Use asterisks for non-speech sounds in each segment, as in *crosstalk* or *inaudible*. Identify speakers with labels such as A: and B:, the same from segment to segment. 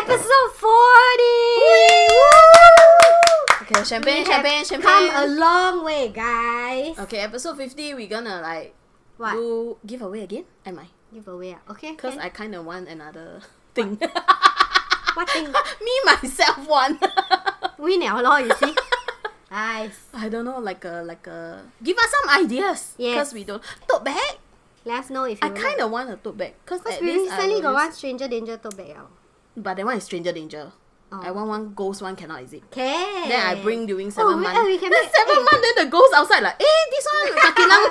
A: episode 40!
B: Okay,
A: We
B: champagne, champagne,
A: have Come a
B: champagne.
A: long way, guys.
B: Okay, episode 50, we're gonna like
A: What?
B: do giveaway again? Am I?
A: Give away. ah? Okay.
B: Because
A: can.
B: I kind of want another thing. *laughs*
A: What thing?
B: Me,
A: *laughs*
B: myself, one.
A: We now law, you
B: *laughs*
A: see. Nice.
B: I don't know, like a, like a. Give us some ideas.
A: Yes.
B: Because we don't. Tote bag?
A: Let us know if you
B: I kind of want a tote bag. Because
A: Because we recently got one Stranger Danger ah. tote bag. out.
B: But that one is Stranger Danger.
A: Oh.
B: I want one ghost one cannot is it?
A: Okay.
B: Then I bring during seven
A: oh, we-
B: months.
A: eh, we can
B: then
A: make-
B: seven
A: eh.
B: months, then the ghost outside like, eh, this one
A: *laughs*
B: Makilang.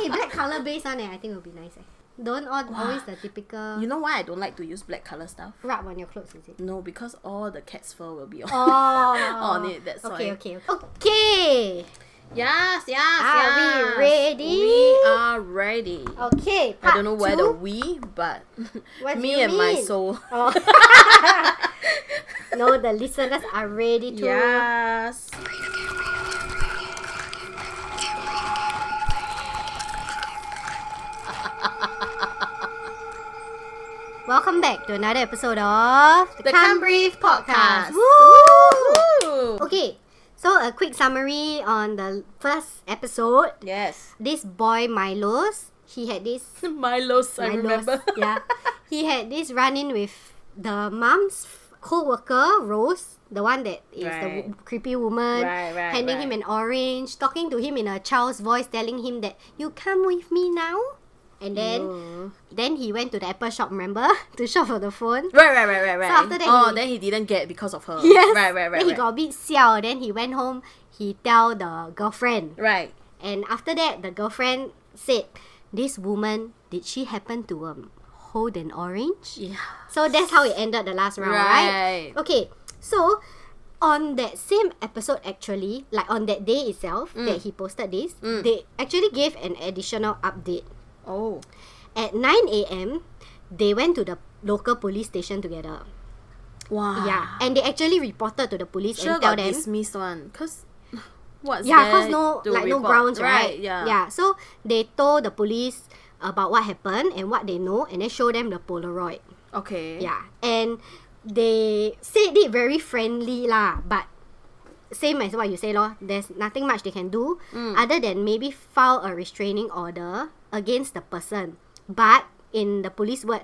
A: Hey, black color base one, eh, I think will be nice. Eh. Don't all, always the typical
B: you know why I don't like to use black color stuff?
A: rub on your clothes, is it?
B: No, because all the cat's fur will be on,
A: Oh.
B: *laughs* on it. That's
A: okay,
B: why.
A: okay, okay. Okay.
B: *laughs* Yes, yes,
A: Are
B: yes.
A: we ready?
B: We are ready.
A: Okay.
B: I
A: part
B: don't know where
A: two.
B: the we, but *laughs*
A: What do
B: me
A: you
B: and my
A: mean?
B: soul. *laughs*
A: Oh. *laughs* no, the listeners are ready to.
B: Yes.
A: Welcome back to another episode of
B: The Can't
A: Breathe
B: Podcast.
A: Woo!
B: Woo.
A: Okay, so a quick summary on the first episode.
B: Yes. *laughs*
A: This boy Milos, he had this
B: Milos, I
A: Milos,
B: remember.
A: *laughs* yeah, he had this run-in with the mom's co-worker Rose, the one that is the
B: Right.
A: wo- creepy woman,
B: Right, right,
A: handing him
B: right.
A: an orange, talking to him in a child's voice, telling him that you come with me now. And then,
B: Ew.
A: then he went to the Apple shop, remember, *laughs* to shop for the
B: *laughs*
A: phone.
B: *laughs*
A: *laughs*
B: Right, right, right, right, right.
A: after that
B: oh,
A: he-
B: then he didn't get because of her.
A: *laughs* Yes.
B: Right, right, right.
A: Then he
B: right.
A: got a bit siao. Then he went home. He tell the girlfriend,
B: right.
A: and after that, the girlfriend said, "This woman, did she happen to um hold an orange?"
B: Yeah.
A: So that's how it ended the last round, right?
B: Right.
A: Okay. So on that same episode actually, like on that day itself
B: Mm.
A: that he posted this, they actually gave an additional update.
B: Oh.
A: At 9 a.m., they went to the local police station together.
B: Wow.
A: Yeah. And they actually reported to the police
B: Ah. Sure
A: and tell
B: got
A: them
B: dismissed one. Cause *laughs* what's
A: Yeah,
B: there
A: cause no
B: to
A: like no
B: report?
A: grounds, right?
B: Yeah.
A: Yeah. So they told the police about what happened and what they know and then show them the Polaroid.
B: Okay.
A: Yeah. And they said it very friendly lah, but same as what you say lor, there's nothing much they can do
B: Mm.
A: other than maybe file a restraining order against the person. But in the police word,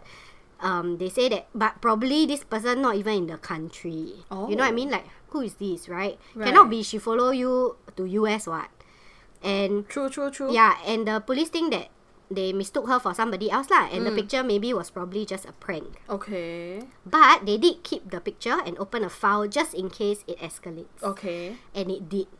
A: um, they say that but probably this person not even in the country. You know what I
B: Oh.
A: mean? Like who is this, right?
B: Right.
A: Cannot be she follow you to US what? And
B: True. True. True.
A: yeah, and the police think that they mistook her for somebody else lah, and
B: Mm.
A: the picture maybe was probably just a prank.
B: Okay.
A: But they did keep the picture and open a file just in case it escalates.
B: Okay.
A: And it did.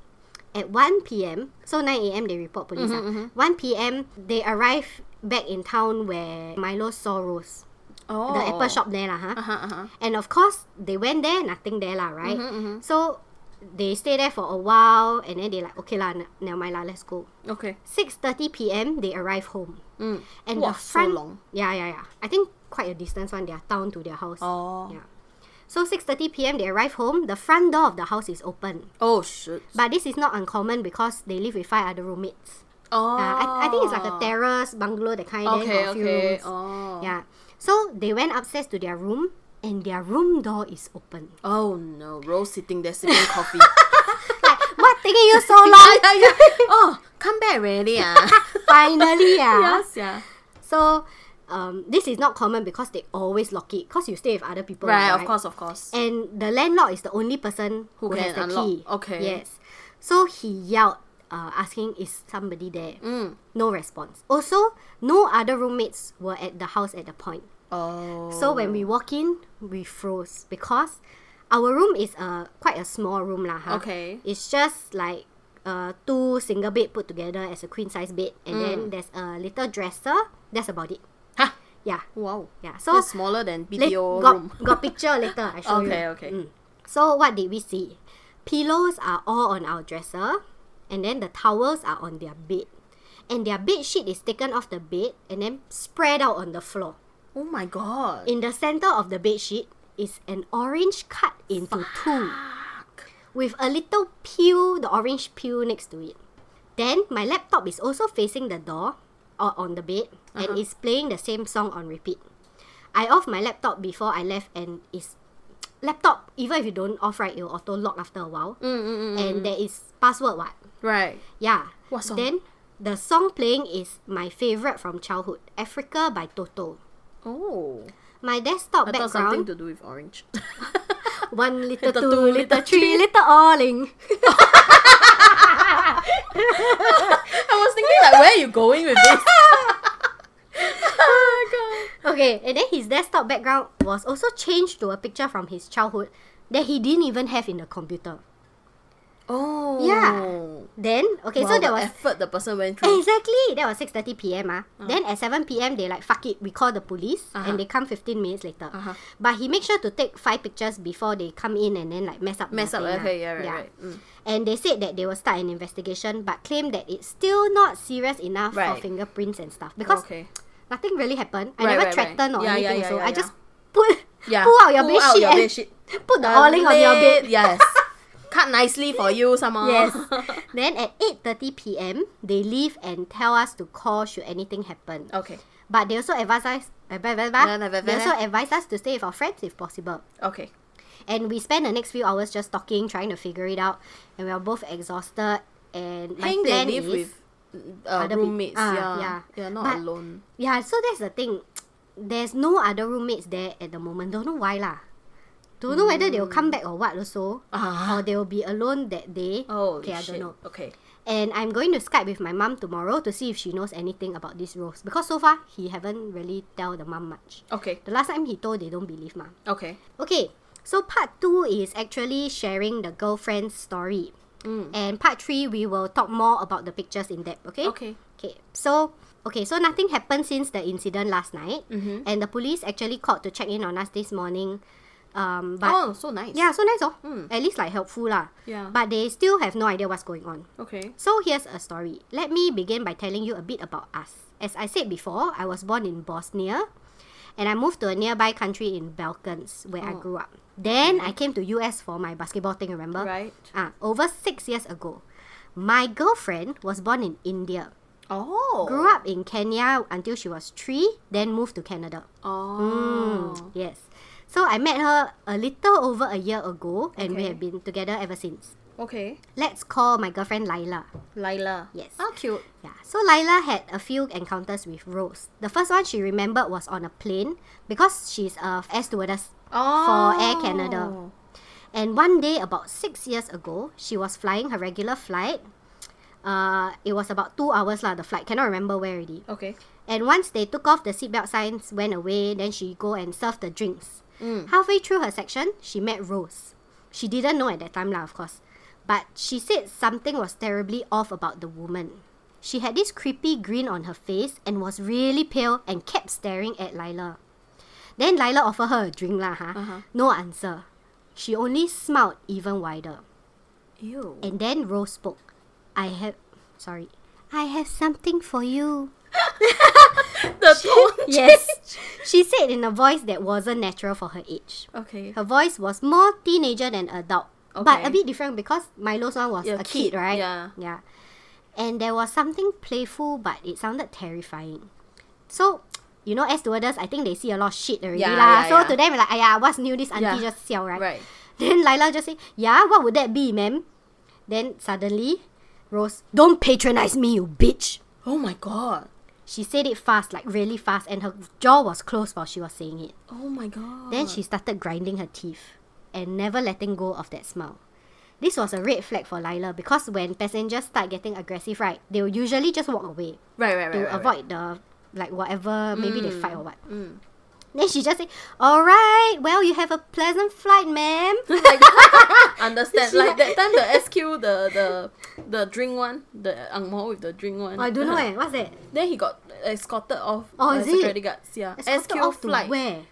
A: At 1 p.m., so 9 a.m. they report police. ah.
B: Mm-hmm,
A: 1 p.m., they arrive back in town where Milo saw Rose.
B: Oh.
A: The Apple shop there lah, huh?
B: Uh huh. Uh huh.
A: And of course, they went there, nothing there lah, right?
B: Mm-hmm,
A: So, they stay there for a while and then they like, okay lah, n- never mind lah, let's go.
B: Okay.
A: 6.30 p.m., they arrive home.
B: Mm.
A: And
B: Wah,
A: the front...
B: so long.
A: Yeah, yeah, yeah. I think quite a distance one, their town to their house.
B: Oh.
A: Yeah. So 6:30 p.m. they arrive home. The front door of the house is open,
B: Oh shit.
A: but this is not uncommon because they live with five other roommates.
B: Oh.
A: Uh, I, I think it's like a terrace bungalow that kind. then
B: Okay.
A: got a few
B: Okay.
A: rooms.
B: Oh.
A: Yeah. So they went upstairs to their room, and their room door is open. *laughs*
B: Oh no. Rose sitting there sipping coffee.
A: like what taking you so
B: Yeah,
A: long?
B: *laughs* yeah,
A: *laughs*
B: yeah. oh, come back really ah.
A: Finally, *laughs* yeah.
B: yes. Yeah.
A: So. Um, this is not common because they always lock it because you stay with other people.
B: Right. Of course. Of course.
A: And the landlord is the only person who,
B: Who
A: has
B: can
A: the
B: unlock.
A: key.
B: Okay.
A: Yes. So he yelled, uh, asking, "Is somebody there?"
B: Mm.
A: No response. Also, no other roommates were at the house at the point.
B: Oh.
A: So when we walk in, we froze because our room is a quite a small room lah. huh?
B: Okay.
A: It's just like uh, two single bed put together as a queen size bed, and
B: Mm.
A: then there's a little dresser. That's about it.
B: Ha.
A: Yeah,
B: Wow.
A: yeah. So
B: That's smaller than
A: Lat-
B: BTO
A: got,
B: room.
A: got picture later. I show
B: Okay,
A: you.
B: okay.
A: Mm. So what did we see? Pillows are all on our dresser, and then the towels are on their bed, and their bed sheet is taken off the bed and then spread out on the floor.
B: Oh my god.
A: In the center of the bed sheet is an orange cut into two, with a little peel, the orange peel next to it. Then my laptop is also facing the door or on the bed,
B: Uh-huh.
A: and it's playing the same song on repeat. I off my laptop before I left, and it's laptop, even if you don't off right, it will auto lock after a while.
B: Mm, mm, mm, mm.
A: And there is password what?
B: Right.
A: Yeah.
B: What song?
A: Then the song playing is my favorite from childhood, Africa by Toto.
B: Oh.
A: My desktop
B: I thought something
A: background,
B: to do with orange. *laughs*
A: one little,
B: Little
A: two,
B: two,
A: little,
B: little
A: three, little alling.
B: I was thinking like, where are you going
A: *laughs*
B: with this? oh
A: Okay, and then his desktop background was also changed to a picture from his childhood that he didn't even have in the computer.
B: my god. Oh.
A: Yeah. Then, okay,
B: Wow,
A: so there
B: the
A: was
B: effort the person went through.
A: Exactly. That was 6:30 p.m. Ah. Then at 7 p.m. they like fuck it, we call the police
B: Uh-huh.
A: and they come 15 minutes later.
B: Uh-huh.
A: But he make sure to take five pictures before they come in and then like mess up. the
B: Mess up.
A: thing, ah.
B: Okay. Yeah. Right. Right. Mm.
A: And they said that they will start an investigation but claim that it's still not serious enough for
B: Right.
A: fingerprints and stuff because
B: okay.
A: nothing really happened. I
B: Right,
A: never
B: right, right.
A: threatened or
B: Yeah, yeah,
A: anything
B: yeah,
A: so
B: yeah,
A: I
B: yeah.
A: just *laughs* pull
B: Yeah.
A: pull out your
B: Pull
A: bed
B: out
A: sheet
B: your
A: and
B: bedsheet.
A: *laughs* put the
B: Uh,
A: awning on your bed.
B: *laughs* laid- Yes.
A: *laughs*
B: Cut nicely for you, somehow.
A: Yes. then at 8:30 p.m. they leave and tell us to call should anything happen.
B: *laughs* okay.
A: But they also advise us, eh, blah, blah,
B: Blah,
A: blah.
B: Oh. blah, blah,
A: they
B: blah.
A: also advise us to stay with our friends if possible.
B: Okay.
A: And we spend the next few hours just talking, trying to figure it out, and we are both exhausted. And my
B: Hang they
A: plan
B: live
A: is,
B: with uh,
A: other peop-
B: roommates.
A: ah,
B: yeah.
A: yeah.
B: You're not
A: But-
B: alone.
A: yeah. So that's the thing. There's no other roommates there at the moment. Don't know why lah. Don't know whether they will come back or what also,
B: Ah.
A: or they will be alone that day.
B: Oh.
A: okay, I
B: shit.
A: don't know.
B: Okay.
A: And I'm going to Skype with my mum tomorrow to see if she knows anything about these roles because so far he haven't really tell the mum much.
B: Okay.
A: The last time he told, they don't believe mum.
B: Okay.
A: Okay, so part two is actually sharing the girlfriend's story.
B: Mm.
A: And part three, we will talk more about the pictures in depth, okay?
B: Okay.
A: Okay, so, okay, so nothing happened since the incident last night.
B: Mhm.
A: And the police actually called to check in on us this morning. Um, but,
B: oh, so nice.
A: yeah, so nice, oh.
B: Mm.
A: At least, like, helpful, lah.
B: Yeah.
A: But they still have no idea what's going on.
B: okay.
A: So here's a story. Let me begin by telling you a bit about us. As I said before, I was born in Bosnia and I moved to a nearby country in Balkans where I
B: Oh.
A: grew up. Then I came to US for my basketball thing, remember?
B: Right.
A: Ah, over 6 years ago. My girlfriend was born in India.
B: Oh.
A: Grew up in Kenya until she was 3, then moved to Canada.
B: Oh.
A: Mm, yes. So I met her a little over a year ago and we
B: Okay.
A: have been together ever since.
B: Okay.
A: Let's call my girlfriend Laila.
B: Lila.
A: Yes.
B: Oh, cute.
A: Yeah, so Lila had a few encounters with Rose. The first one she remembered was on a plane because she's a air stewardess.
B: Oh.
A: Air Canada. And one day, about six years ago, she was flying her regular flight. Uh, it was about two hours lah. The flight cannot remember where already.
B: Okay.
A: And once they took off, the seatbelt signs went away. Then she go and serve the drinks.
B: Mm.
A: Halfway through her section, she met Rose. She didn't know at that time lah, of course. But she said something was terribly off about the woman. She had this creepy grin on her face and was really pale and kept staring at Lila. Then Lila offered her a drink lah, huh?
B: Uh-huh.
A: No answer. She only smiled even wider.
B: Ew.
A: And then Rose spoke. I have, sorry, I have something for you. *laughs*
B: the tone.
A: yes. *laughs* She said in a voice that wasn't natural for her age.
B: Okay.
A: Her voice was more teenager than adult. But
B: Okay.
A: a bit different because Milo's one was
B: Yeah,
A: a kid,
B: kid,
A: right?
B: yeah.
A: Yeah. And there was something playful, but it sounded terrifying. So, you know, as stewardess, I think they see a lot of shit already.
B: Yeah,
A: lah.
B: yeah,
A: so
B: yeah.
A: to them, like, aya, what's new? This auntie
B: Yeah.
A: just siao, right?
B: Right.
A: *laughs* Then Lila just say, yeah, what would that be, ma'am? Then suddenly, Rose, don't patronize me, you bitch.
B: Oh my god.
A: She said it fast, like really fast, and her jaw was closed while she was saying it.
B: Oh my god.
A: Then she started grinding her teeth and never letting go of that smile. This was a red flag for Lila because when passengers start getting aggressive, right, they will usually just walk away
B: Right. Right. Right.
A: to
B: right, right.
A: avoid *laughs* the like whatever, maybe they fight or what.
B: Mm.
A: Then she just said, All right, well, you have a pleasant flight, ma'am.
B: *laughs* *laughs* Understand. like that time the SQ the the the drink one the ang moh with the drink one.
A: I don't know, eh, what's that?
B: Then he got escorted off.
A: Oh,
B: by
A: is it?
B: security guards. Yeah.
A: Escorted
B: SQ
A: off to
B: flight
A: where?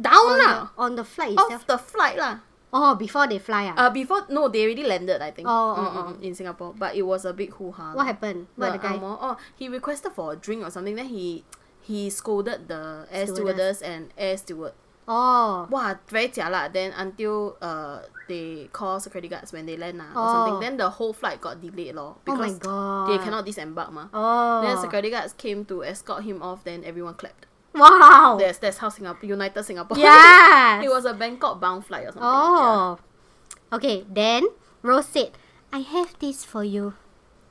B: down
A: On
B: lah.
A: the, on the flight
B: Off
A: itself.
B: the flight lah.
A: Oh, before they fly, ah.
B: Uh, before no, they already landed. I think.
A: Oh, oh,
B: Mm, mm, mm, in Singapore, but it was a big hoo ha.
A: what happened? What the, guy?
B: Angmoh- oh, he requested for a drink or something. Then he he scolded the air
A: Stewardess.
B: stewardess, and air steward.
A: Oh,
B: Wow, very jialat. Then until uh they call security guards when they land lah or
A: Oh.
B: something. Then the whole flight got delayed lor
A: oh my
B: because
A: god.
B: they cannot disembark mah.
A: Oh.
B: Then security guards came to escort him off. Then everyone clapped.
A: Wow.
B: *laughs* Yes, that's how Singapore United Singapore.
A: Yes.
B: *laughs* it was a Bangkok bound flight or something.
A: Oh. Okay, then Rose said, I have this for you.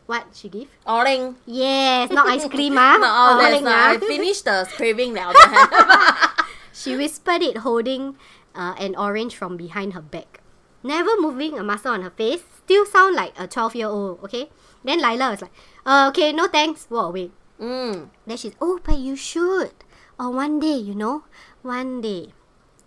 A: What she give?
B: Yeah. Orange.
A: Yes, not ice cream, ah.
B: No, oh, that's
A: Orange,
B: *laughs* not. I
A: ah.
B: finished *laughs* the craving now. don't *laughs* have.
A: She whispered it, holding uh, an orange from behind her back. Never moving a muscle on her face, still sound like a 12 year old, okay? Then Lila was like, uh, okay, no thanks, walk away.
B: mm.
A: Then she's, oh, but you should. Or one day, you know? One day.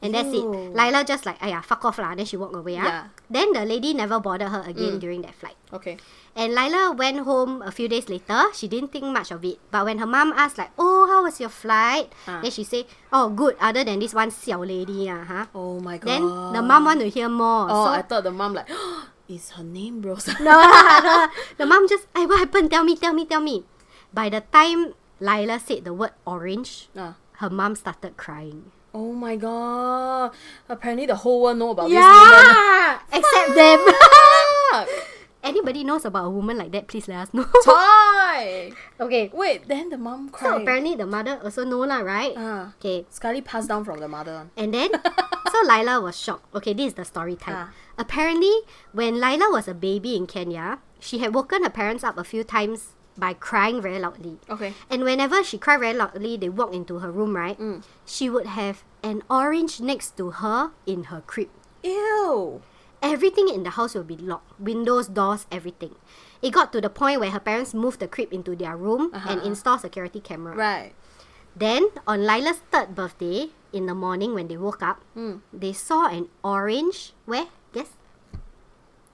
A: And that's it.
B: Ooh.
A: Lila just like, yeah, fuck off lah. Then she walked away. ah.
B: Yeah. Mm.
A: Then the lady never bothered her again during that flight.
B: Okay.
A: And Lila went home a few days later. She didn't think much of it. But when her mom asked, like, oh, how was your flight?
B: Ah.
A: Then she said, oh, good, other than this one xiao lady. ah, huh?
B: Oh my god.
A: Then the mom want to hear more.
B: Oh,
A: so
B: I thought the mom like, *gasps* is her name Rosa?
A: no, no. *laughs* The mom just, hey, what happened? Tell me, tell me, tell me. By the time Lila said the word orange,
B: *laughs* Ah.
A: her mom started crying.
B: Oh my god. Apparently the whole world know about
A: except them. *laughs*
B: this woman.
A: Anybody knows about a woman like that? Please let us know.
B: *laughs*
A: *laughs*
B: Toy.
A: okay.
B: Wait, then the mom cried.
A: So apparently the mother also know lah, right?
B: Ah.
A: Okay.
B: Scully passed down from the mother.
A: And
B: *laughs*
A: then, so Lila was shocked. Okay, this is the story time.
B: Ah.
A: Apparently, when Lila was a baby in Kenya, she had woken her parents up a few times by crying very loudly.
B: Okay.
A: And whenever she cried very loudly, they walked into her room, right?
B: Mm.
A: She would have an orange next to her in her crib.
B: Ew.
A: Everything in the house will be locked windows, doors, everything. It got to the point where her parents moved the crib into their room and installed security camera.
B: Uh-huh. Right.
A: Then, on Lila's third birthday, in the morning when they woke up,
B: Hmm.
A: they saw an orange. Where? Yes?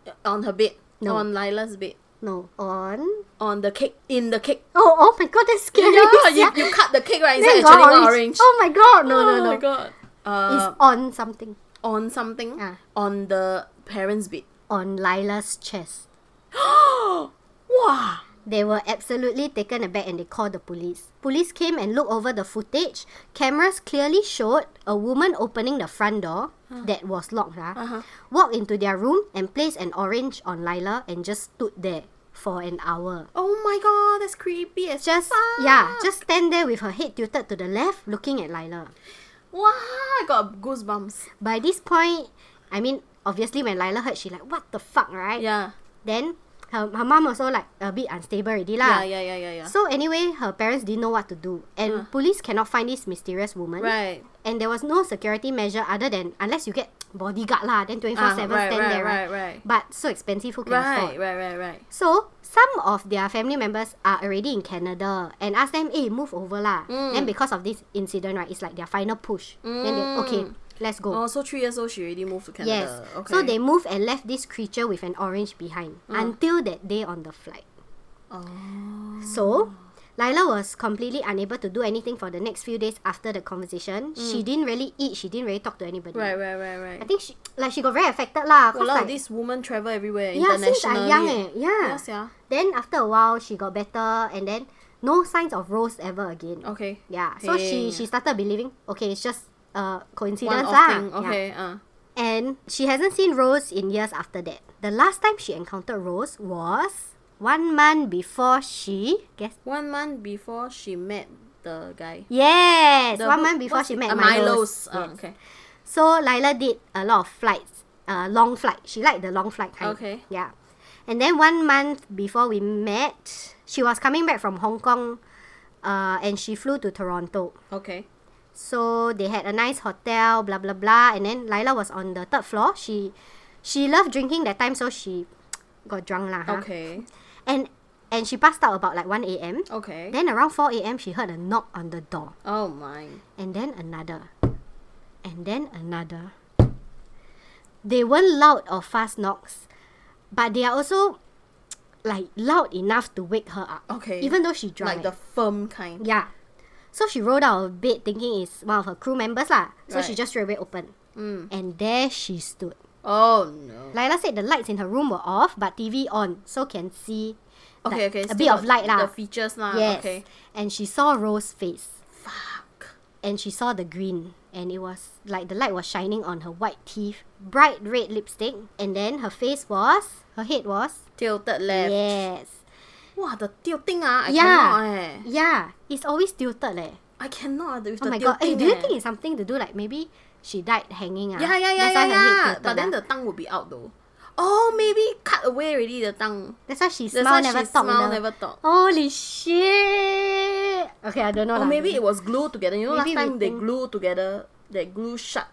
B: Uh, On her bed.
A: No.
B: On Lila's bed.
A: No. On.
B: On the cake. In the *laughs* cake.
A: Oh, oh my god, that's
B: *laughs*
A: scary. *laughs*
B: you, you cut the cake right
A: Then
B: inside
A: got
B: actually got orange. *laughs*
A: Oh my god, no, no,
B: Oh
A: no.
B: my god. Uh,
A: It's on something.
B: on something.
A: Ah.
B: On the parents' bed. *gasps*
A: On Lila's chest.
B: wow.
A: They were absolutely taken aback and they called the police. Police came and looked over the footage. Cameras clearly showed a woman opening the front door that was locked, lah, walked into their room and placed an orange on Lila and just stood there for an hour.
B: Oh my god, that's creepy as
A: Just
B: fuck.
A: yeah, just stand there with her head tilted to the left, looking at Lila.
B: Wow, I got goosebumps.
A: By this point, I mean obviously when Lila heard, she like what the fuck, right?
B: Yeah.
A: Then her her mom also like a bit unstable already lah.
B: Yeah, yeah, yeah, yeah, yeah.
A: So anyway, her parents didn't know what to do, and police cannot find this mysterious woman.
B: right.
A: And there was no security measure other than unless you get bodyguard lah, then twenty four seven
B: Ah, right,
A: stand
B: right,
A: there.
B: right, right.
A: But so expensive, who can afford?
B: Right, right, right, right.
A: So some of their family members are already in Canada and ask them, "Hey, move over lah."
B: Mm.
A: Then because of this incident, right, it's like their final push. Then they
B: Mm.
A: okay, let's go.
B: Oh, so three years old, she already moved to
A: yes.
B: Canada. Okay.
A: So they moved and left this creature with an orange behind until that day on the flight.
B: Oh.
A: So, Lila was completely unable to do anything for the next few days after the conversation. She didn't really eat. She didn't really talk to anybody.
B: Mm. Right, right, right,
A: I
B: right.
A: think she like she got very affected lah. 'cause
B: Well, like,
A: like-
B: this woman travel everywhere
A: yeah,
B: internationally.
A: since I young eh, yeah.
B: Yes, yeah.
A: Then after a while, she got better, and then no signs of Rose ever again.
B: Okay.
A: Yeah, so she
B: Heng.
A: she started believing. Okay, it's just uh
B: One
A: coincidence
B: off
A: lah.
B: thing.
A: Yeah.
B: Okay. Uh.
A: And she hasn't seen Rose in years after that. The last time she encountered Rose was one month before she guess.
B: One month before she met the guy.
A: Yes,
B: The
A: one
B: who-
A: month before
B: what's
A: she
B: it?
A: met
B: Uh,
A: Milo's.
B: Milo's. Uh, Okay.
A: So Lila did a lot of flights, uh, long flight. She liked the long flight kind.
B: Okay.
A: Yeah. And then one month before we met, she was coming back from Hong Kong, uh, and she flew to Toronto.
B: Okay.
A: So they had a nice hotel, blah blah blah. And then Lila was on the third floor. She, she loved drinking that time, so she got drunk lah. huh?
B: Okay.
A: And and she passed out about like one a.m.
B: Okay.
A: Then around four a.m. she heard a knock on the door,
B: Oh my.
A: and then another, and then another. They weren't loud or fast knocks, but they are also like loud enough to wake her up.
B: Okay.
A: Even though she drunk.
B: Like the firm kind.
A: Yeah. So she rolled out of bed thinking it's one of her crew members lah. So she
B: Right.
A: just straight away opened.
B: Mm.
A: And there she stood.
B: Oh no.
A: Lila said the lights in her room were off, but TV on, so can see
B: Okay.
A: like,
B: Okay.
A: a
B: still
A: bit of
B: got
A: light lah.
B: The features lah.
A: yes.
B: Okay.
A: And she saw Rose's face.
B: Fuck.
A: And she saw the green. And it was like the light was shining on her white teeth, bright red lipstick, and then her face was her head was
B: Tilted left.
A: Yes.
B: Wow, the tilting ah. I
A: Yeah.
B: cannot eh.
A: Yeah. It's always tilted leh.
B: I cannot with
A: Oh
B: the
A: my god! Hey,
B: tilting
A: do you
B: eh.
A: think it's something to do like maybe she died hanging? Ah,
B: Yeah, yeah, yeah,
A: That's
B: yeah,
A: why her head
B: yeah.
A: tilted
B: But then
A: ah.
B: the tongue would be out though. Oh, maybe cut away already the tongue.
A: that's why she
B: That's
A: smile
B: why
A: never
B: she
A: talk.
B: smile
A: the-
B: never talk.
A: Holy shit! Okay, I don't know lah.
B: Or maybe it was glued together. You know,
A: Maybe
B: last
A: we
B: time they
A: think-
B: glue together, they glue shut.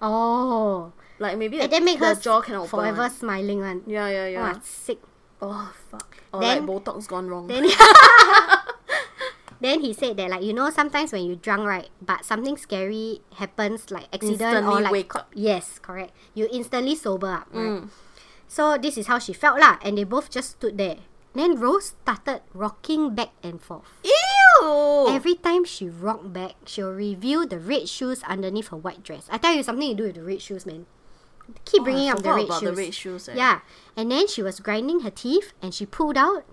A: Oh,
B: Like maybe
A: and
B: the,
A: then make her
B: the jaw can open.
A: forever
B: one.
A: smiling one.
B: Yeah, yeah, yeah.
A: Wow, sick.
B: Oh fuck. Or
A: Then-
B: like Botox gone wrong.
A: Then, then he said that like you know sometimes when you drunk right, but something scary happens like accident or
B: Instantly
A: like
B: wake
A: co-
B: up.
A: yes, correct. You instantly sober up. Right?
B: Mm.
A: So this is how she felt lah, and they both just stood there. Then Rose started rocking back and forth.
B: Ew.
A: Every time she rocked back, she'll reveal the red shoes underneath her white dress. I tell you something to do with the red shoes, man. Keep
B: Oh, I
A: bringing up the
B: forgot
A: red
B: about
A: shoes.
B: the red shoes. eh.
A: Yeah, and then she was grinding her teeth, and she pulled out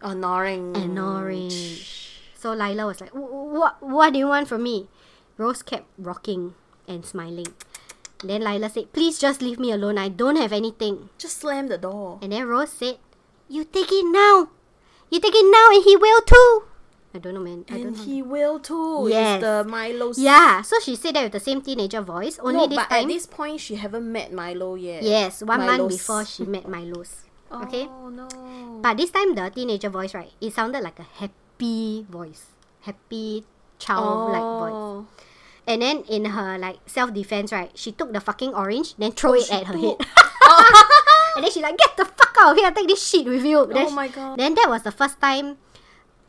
B: An orange.
A: an orange. So Lila was like, "What? What do you want from me?" Rose kept rocking and smiling. Then Lila said, "Please just leave me alone. I don't have anything."
B: Just slam the door.
A: And then Rose said, "You take it now. You take it now, and he will too." I don't know, man. I don't
B: And
A: know.
B: he will too.
A: Yes.
B: It's the Milo.
A: Yeah. So she said that with the same teenager voice. Only
B: No,
A: this
B: but
A: time.
B: at this point she haven't met Milo yet.
A: yes, one month
B: Milo's-
A: before she met
B: *laughs*
A: Milo's. Okay.
B: Oh no.
A: But this time the teenager voice, right? It sounded like a happy voice, happy child-like voice.
B: oh.
A: And then in her like self defense, right, she took the fucking orange, then throw it
B: Oh, she
A: at her
B: took- *laughs*
A: head. *laughs* and then she like, get the fuck out of here, take this shit with you. Then
B: Oh
A: she-
B: my god.
A: Then that was the first time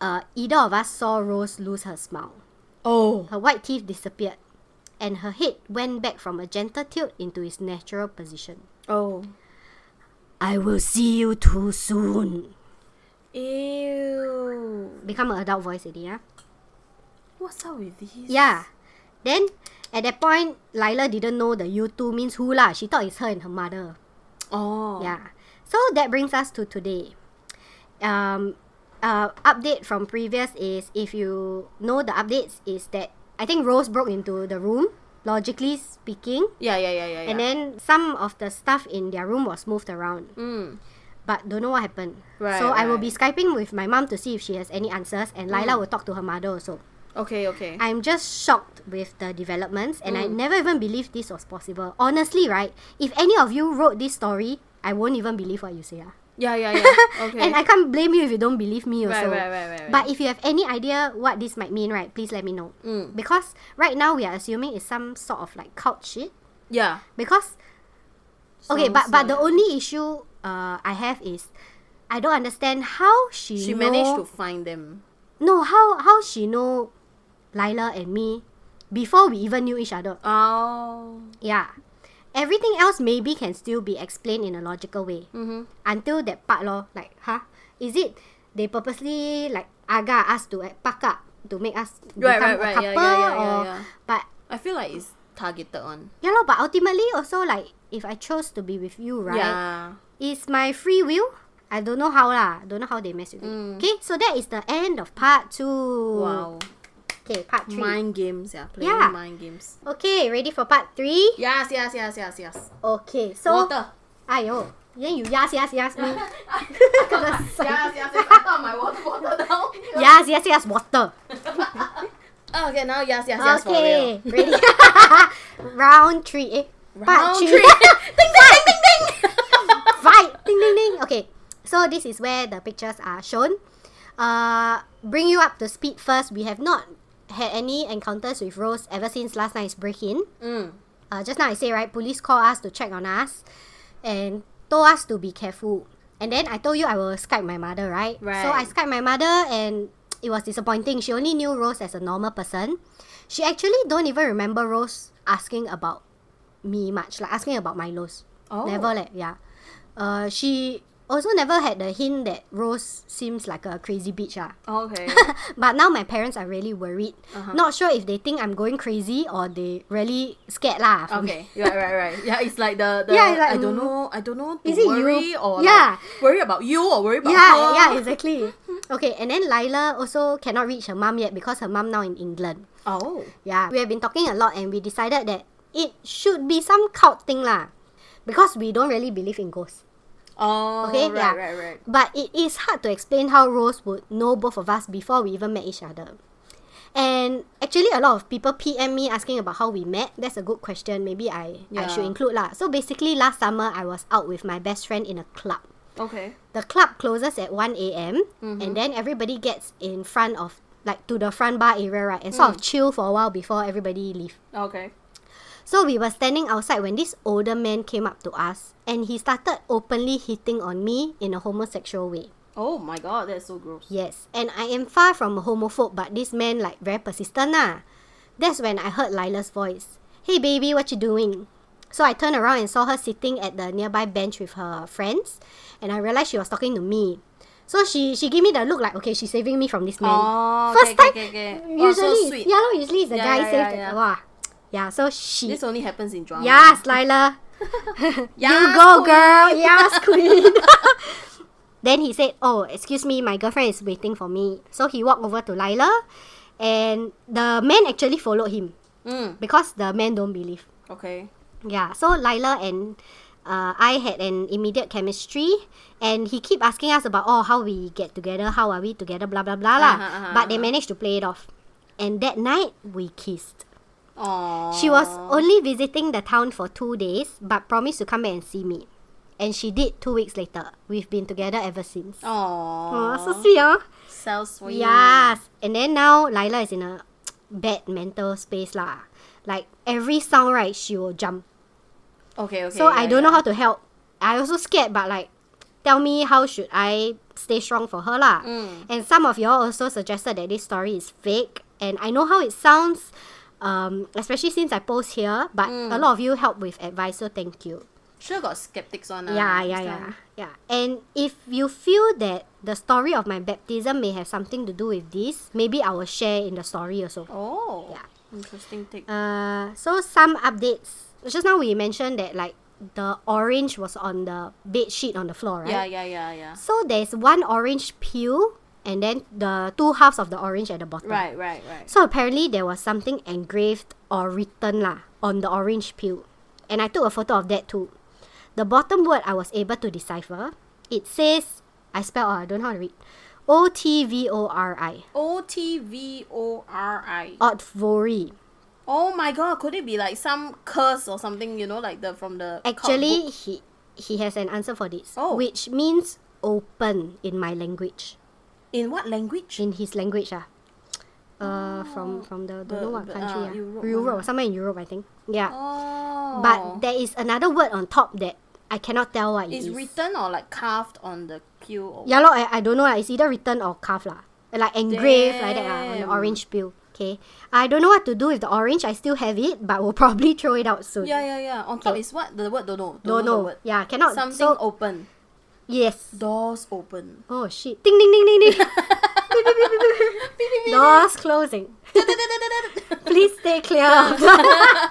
A: uh, either of us saw Rose lose her smile.
B: Oh.
A: Her white teeth disappeared. And her head went back from a gentle tilt into its natural position.
B: Oh.
A: I will see you too soon.
B: Ew.
A: Become an adult voice already, yeah?
B: What's up with this?
A: Yeah. Then at that point, Lila didn't know the you two means who lah. She thought it's her and her mother.
B: Oh.
A: Yeah. So that brings us to today. Um, uh, update from previous is if you know the updates is that I think Rose broke into the room, logically speaking,
B: Yeah, yeah, yeah, yeah.
A: and
B: yeah.
A: then some of the stuff in their room was moved around,
B: Mm.
A: but don't know what happened.
B: Right,
A: so I will be
B: right.
A: skyping with my mom to see if she has any answers, and Lila will talk to her mother also.
B: Okay, okay. Mm.
A: I'm just shocked with the developments, and I never even believed this was possible. Honestly, right? If any of you wrote this story, I won't even believe what you say. ah.
B: yeah, yeah, yeah. Okay.
A: *laughs* And I can't blame you if you don't believe me
B: right,
A: also.
B: right, right, right, right.
A: But if you have any idea what this might mean, right, please let me know.
B: Mm.
A: Because right now we are assuming it's some sort of like cult shit.
B: yeah.
A: Because okay,
B: Sounds
A: but but the
B: like-
A: only issue uh, I have is I don't understand how she
B: she
A: know,
B: managed to find them.
A: no how how she know Lila and me before we even knew each other.
B: Oh.
A: Yeah. Everything else maybe can still be explained in a logical way.
B: Mm-hmm.
A: until that part lor. Like, huh? Is it they purposely like agar us to like, pack up to make us
B: Right,
A: become
B: right, right.
A: a
B: Yeah,
A: couple
B: yeah, yeah, yeah,
A: or
B: yeah.
A: but
B: I feel like it's targeted on.
A: yeah lor, but ultimately also like if I chose to be with you, right?
B: Yeah.
A: It's my free will. I don't know how lah. Don't know how they mess with
B: Mm.
A: it. Okay, so that is the end of part two.
B: Wow.
A: Okay, part three.
B: Mind games, yeah. Playing
A: Yeah.
B: mind games.
A: Okay, ready for part three?
B: Yes, yes, yes, yes, yes.
A: Okay, so
B: Water.
A: ayo. Then you yes yes yes
B: *laughs*
A: me. *laughs*
B: yes, yes, yes. I thought my water *laughs* water down.
A: yes yes yes water. *laughs* Oh,
B: Okay, now yes, yes, yes for
A: okay,
B: real.
A: ready? *laughs* Round three. Eh, part
B: Round
A: three. *laughs*
B: three. ding, ding, ding, ding, ding.
A: Fight. Ding ding ding. Okay, so this is where the pictures are shown. Uh, bring you up to speed first. We have not had any encounters with Rose ever since last night's break-in.
B: Mm.
A: Uh, just now I say right, police call us to check on us, and told us to be careful. And then I told you I will Skype my mother, right? So I
B: Right.
A: Skype my mother, and it was disappointing. She only knew Rose as a normal person. She actually don't even remember Rose asking about me much, like asking about Milo's.
B: Oh.
A: Never like yeah. Uh, she also never had the hint that Rose seems like a crazy bitch ah. *laughs*
B: Okay.
A: But now my parents are really worried. Not sure if they think I'm going crazy or they really scared lah. for me.
B: Okay. Right, right, right. Yeah, it's like the, the
A: Yeah, it's like,
B: I don't
A: mm,
B: know, I don't know. To
A: is it you?
B: worry or
A: Yeah.
B: like, worry about you or worry about
A: *laughs* Yeah,
B: her.
A: yeah, exactly. Okay, and then Lila also cannot reach her mum yet because her mum now in England.
B: Oh.
A: Yeah, we have been talking a lot and we decided that it should be some cult thing lah. Because we don't really believe in ghosts.
B: Oh.
A: Okay,
B: Right,
A: yeah.
B: right, right.
A: But it is hard to explain how Rose would know both of us before we even met each other. And actually, a lot of people PM me asking about how we met. That's a good question. Maybe I, I should
B: Yeah.
A: include lah. So basically, last summer I was out with my best friend in a club.
B: Okay.
A: The club closes at 1 a.m.
B: Mm-hmm.
A: and then everybody gets in front of like to the front bar area, right? And sort
B: Mm.
A: of chill for a while before everybody leave.
B: Okay.
A: So we were standing outside when this older man came up to us and he started openly hitting on me in a homosexual way.
B: Oh my god, that's so gross.
A: Yes, and I am far from a homophobe, but this man like very persistent lah. That's when I heard Lila's voice. Hey baby, what you doing? So I turned around and saw her sitting at the nearby bench with her friends, and I realized she was talking to me. So she she gave me the look like okay, she's saving me from this man.
B: Oh,
A: First
B: okay,
A: time,
B: okay, okay. Oh, so
A: usually it's-
B: sweet.
A: yeah, lor, usually it's the
B: Yeah,
A: guy
B: yeah,
A: saved.
B: yeah, yeah.
A: Wow. Yeah, so she
B: This only happens in drama.
A: Yes, Lila. you
B: Yes,
A: go,
B: queen.
A: girl. Yes, queen. *laughs* then he said, Oh, excuse me, my girlfriend is waiting for me. So he walked over to Lila, and the man actually followed him
B: Mm.
A: because the man don't believe.
B: Okay.
A: Yeah, so Lila and uh, I had an immediate chemistry, and he keep asking us about oh how we get together, how are we together, blah blah blah lah.
B: Uh-huh, uh-huh,
A: But they managed to play it off, and that night we kissed.
B: Oh.
A: She was only visiting the town for two days, but promised to come back and see me. And she did two weeks later. We've been together ever since. Aw,
B: Oh.
A: so sweet, huh?
B: so sweet.
A: Yes. And then now Lila is in a bad mental space lah. Like every sound right, she will jump.
B: Okay. Okay.
A: so I
B: yeah,
A: don't know
B: yeah.
A: how to help. I also scared, but like, tell me how should I stay strong for her lah.
B: Mm.
A: And some of y'all also suggested that this story is fake, and I know how it sounds, um, especially since I post here. But
B: Mm.
A: a lot of you help with advice, so thank you.
B: Sure, got skeptics on. uh,
A: yeah, yeah, yeah, yeah. And if you feel that the story of my baptism may have something to do with this, maybe I will share in the story also.
B: Oh.
A: Yeah.
B: Interesting take.
A: Uh, so some updates. Just now we mentioned that like the orange was on the bed sheet on the floor, right?
B: Yeah. Yeah. Yeah. Yeah.
A: So there's one orange peel and then the two halves of the orange at the bottom.
B: Right. Right. Right.
A: So apparently there was something engraved or written lah on the orange peel. And I took a photo of that too. The bottom word I was able to decipher. It says I spell out, I don't know how to read. O T V O R I.
B: O T V O R I.
A: Otvori.
B: Oh my god, could it be like some curse or something, you know, like the from the cult book?
A: Actually, he he has an answer for this,
B: Oh.
A: which means open in my language,
B: in what language?
A: in his language ah. Uh, from from the don't
B: The-
A: know what
B: the,
A: country
B: Oh.
A: ah.
B: uh, Europe one.
A: somewhere in Europe I think. Yeah,
B: Oh.
A: but there is another word on top that I cannot tell what it
B: it's
A: is.
B: written or like carved on the pew or
A: Yeah, lor, I, I don't know lah. It's either written or carved lah, like engraved like that lah, on the
B: Damn.
A: orange peel. Okay, I don't know what to do with the orange. I still have it, but we'll *laughs* probably throw it out soon.
B: Yeah, yeah, yeah. On top is what? The word don't know.
A: don't
B: know. the
A: know.
B: word.
A: Yeah, cannot.
B: Something
A: so
B: open.
A: yes.
B: Doors
A: *laughs*
B: open. *laughs*
A: Oh shit! Ding ding ding ding ding. *laughs* Beep, beep, beep, beep, beep. Doors closing. *laughs* Please stay clear *laughs* of the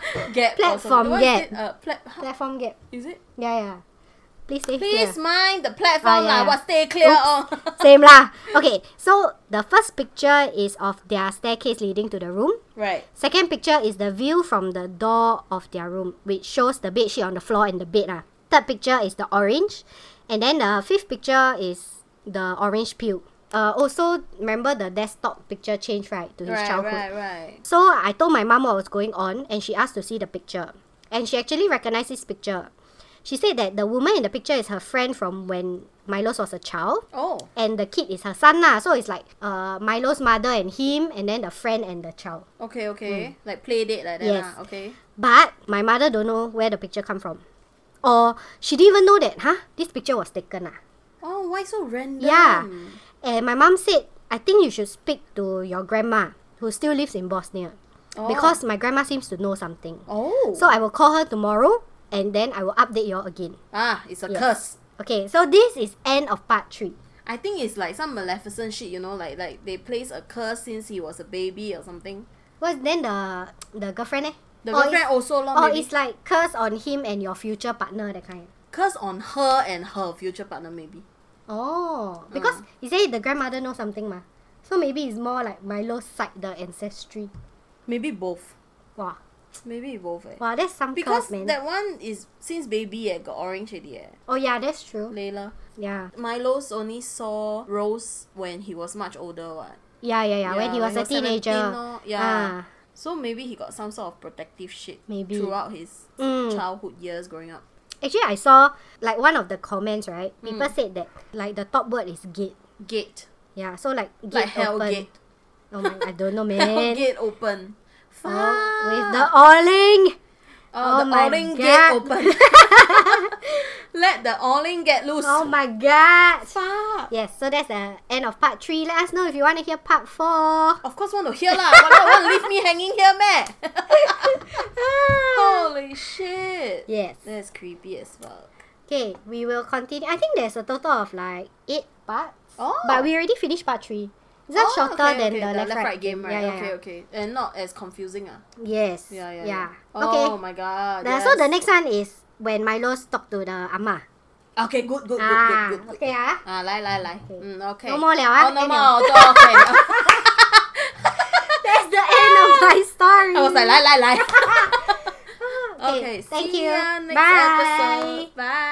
B: *laughs* Gap or something.
A: Platform
B: What is
A: gap.
B: it? Uh, plat- how-
A: platform gap.
B: is it?
A: Yeah, yeah. Please stay
B: Please
A: clear.
B: mind the
A: Ah,
B: platform lah.
A: yeah,
B: What stay clear Oh.
A: Oops. *laughs*
B: of.
A: Same lah. Okay, so the first picture is of their staircase leading to the room.
B: *laughs* right.
A: Second picture is the view from the door of their room, which shows the bed sheet on the floor and the bed. Ah. Third picture is the orange. And then the fifth picture is the orange peel. Uh, also, remember the desktop picture change, right, to his
B: Right,
A: childhood.
B: right, right.
A: So I told my mom what was going on, and she asked to see the picture. And she actually recognized this picture. She said that the woman in the picture is her friend from when Milos was a child,
B: Oh.
A: and the kid is her son lah. So it's like uh, Milo's mother and him, and then the friend and the child.
B: Okay, okay. Like play date like
A: Hmm.
B: that.
A: Yes.
B: lah. Okay.
A: But my mother don't know where the picture come from, or she didn't even know that, huh? This picture was taken ah.
B: Oh, why so random?
A: Yeah.
B: Hmm.
A: And my mom said, I think you should speak to your grandma who still lives in Bosnia,
B: Oh.
A: because my grandma seems to know something.
B: Oh.
A: So I will call her tomorrow and then I will update you all again.
B: ah, it's a
A: Yes.
B: curse.
A: Okay, so this is end of part three.
B: I think it's like some maleficent shit, you know, like like they place a curse since he was a baby or something.
A: What's then the the girlfriend eh?
B: The
A: Or it's,
B: girlfriend also long.
A: or
B: maybe.
A: it's like curse on him and your future partner that kind.
B: curse on her and her future partner maybe.
A: Oh, because you say the grandmother knows something ma. So maybe it's more like Milo's side the ancestry.
B: Maybe both.
A: Wow,
B: Maybe both. Eh.
A: wow, that's some
B: Because
A: curse, man.
B: that one is since baby eh, got orange already. Eh.
A: oh yeah, that's true.
B: Layla.
A: Yeah.
B: Milo's only saw Rose when he was much older. What?
A: Yeah, yeah, yeah. when he was a teenager.
B: 17 lor. yeah.
A: Ah.
B: So maybe he got some sort of protective shit
A: Maybe.
B: throughout his
A: Mm.
B: childhood years growing up.
A: Actually, I saw like one of the comments, right? People
B: Mm.
A: said that like the top word is gate.
B: Gate.
A: Yeah, so like gate
B: Like hell
A: open.
B: gate. *laughs*
A: Oh my, I don't know,
B: Hell Ah.
A: man.
B: gate open. Fuck.
A: Oh, with the awling.
B: Oh,
A: Oh
B: the
A: my
B: awling
A: God.
B: gate
A: *laughs*
B: open. *laughs* Let the awling get loose.
A: Oh my god.
B: Fuck.
A: Yes, so that's the end of part three. Let us know if you want to hear part
B: *laughs*
A: four.
B: Of course, want to hear lah. Why want to leave me hanging here, man? *laughs* Holy shit.
A: Yes.
B: That's creepy as fuck.
A: Okay, we will continue. I think there's a total of like eight parts.
B: Oh.
A: But we already finished part three. It's not
B: Oh,
A: shorter
B: okay,
A: than
B: okay,
A: the, left,
B: left right game, right?
A: Yeah, yeah,
B: okay,
A: yeah.
B: okay. And not as confusing, ah.
A: Yes.
B: Yeah, yeah,
A: Okay.
B: Oh my god.
A: The-
B: yes.
A: So the next one is when Milo's talk to the Amma.
B: Okay, good, good, good,
A: ah,
B: good, good.
A: okay ah.
B: Ah, 来来来，
A: Okay.
B: 嗯，OK。
A: No more 了啊，
B: Oh, no
A: end
B: more，都 *laughs* OK 了。
A: *laughs* That's the end of my story.
B: I was
A: *laughs*
B: like，来来来。
A: Okay,
B: Okay,
A: thank
B: see
A: you.
B: ya next
A: Bye.
B: episode. Bye.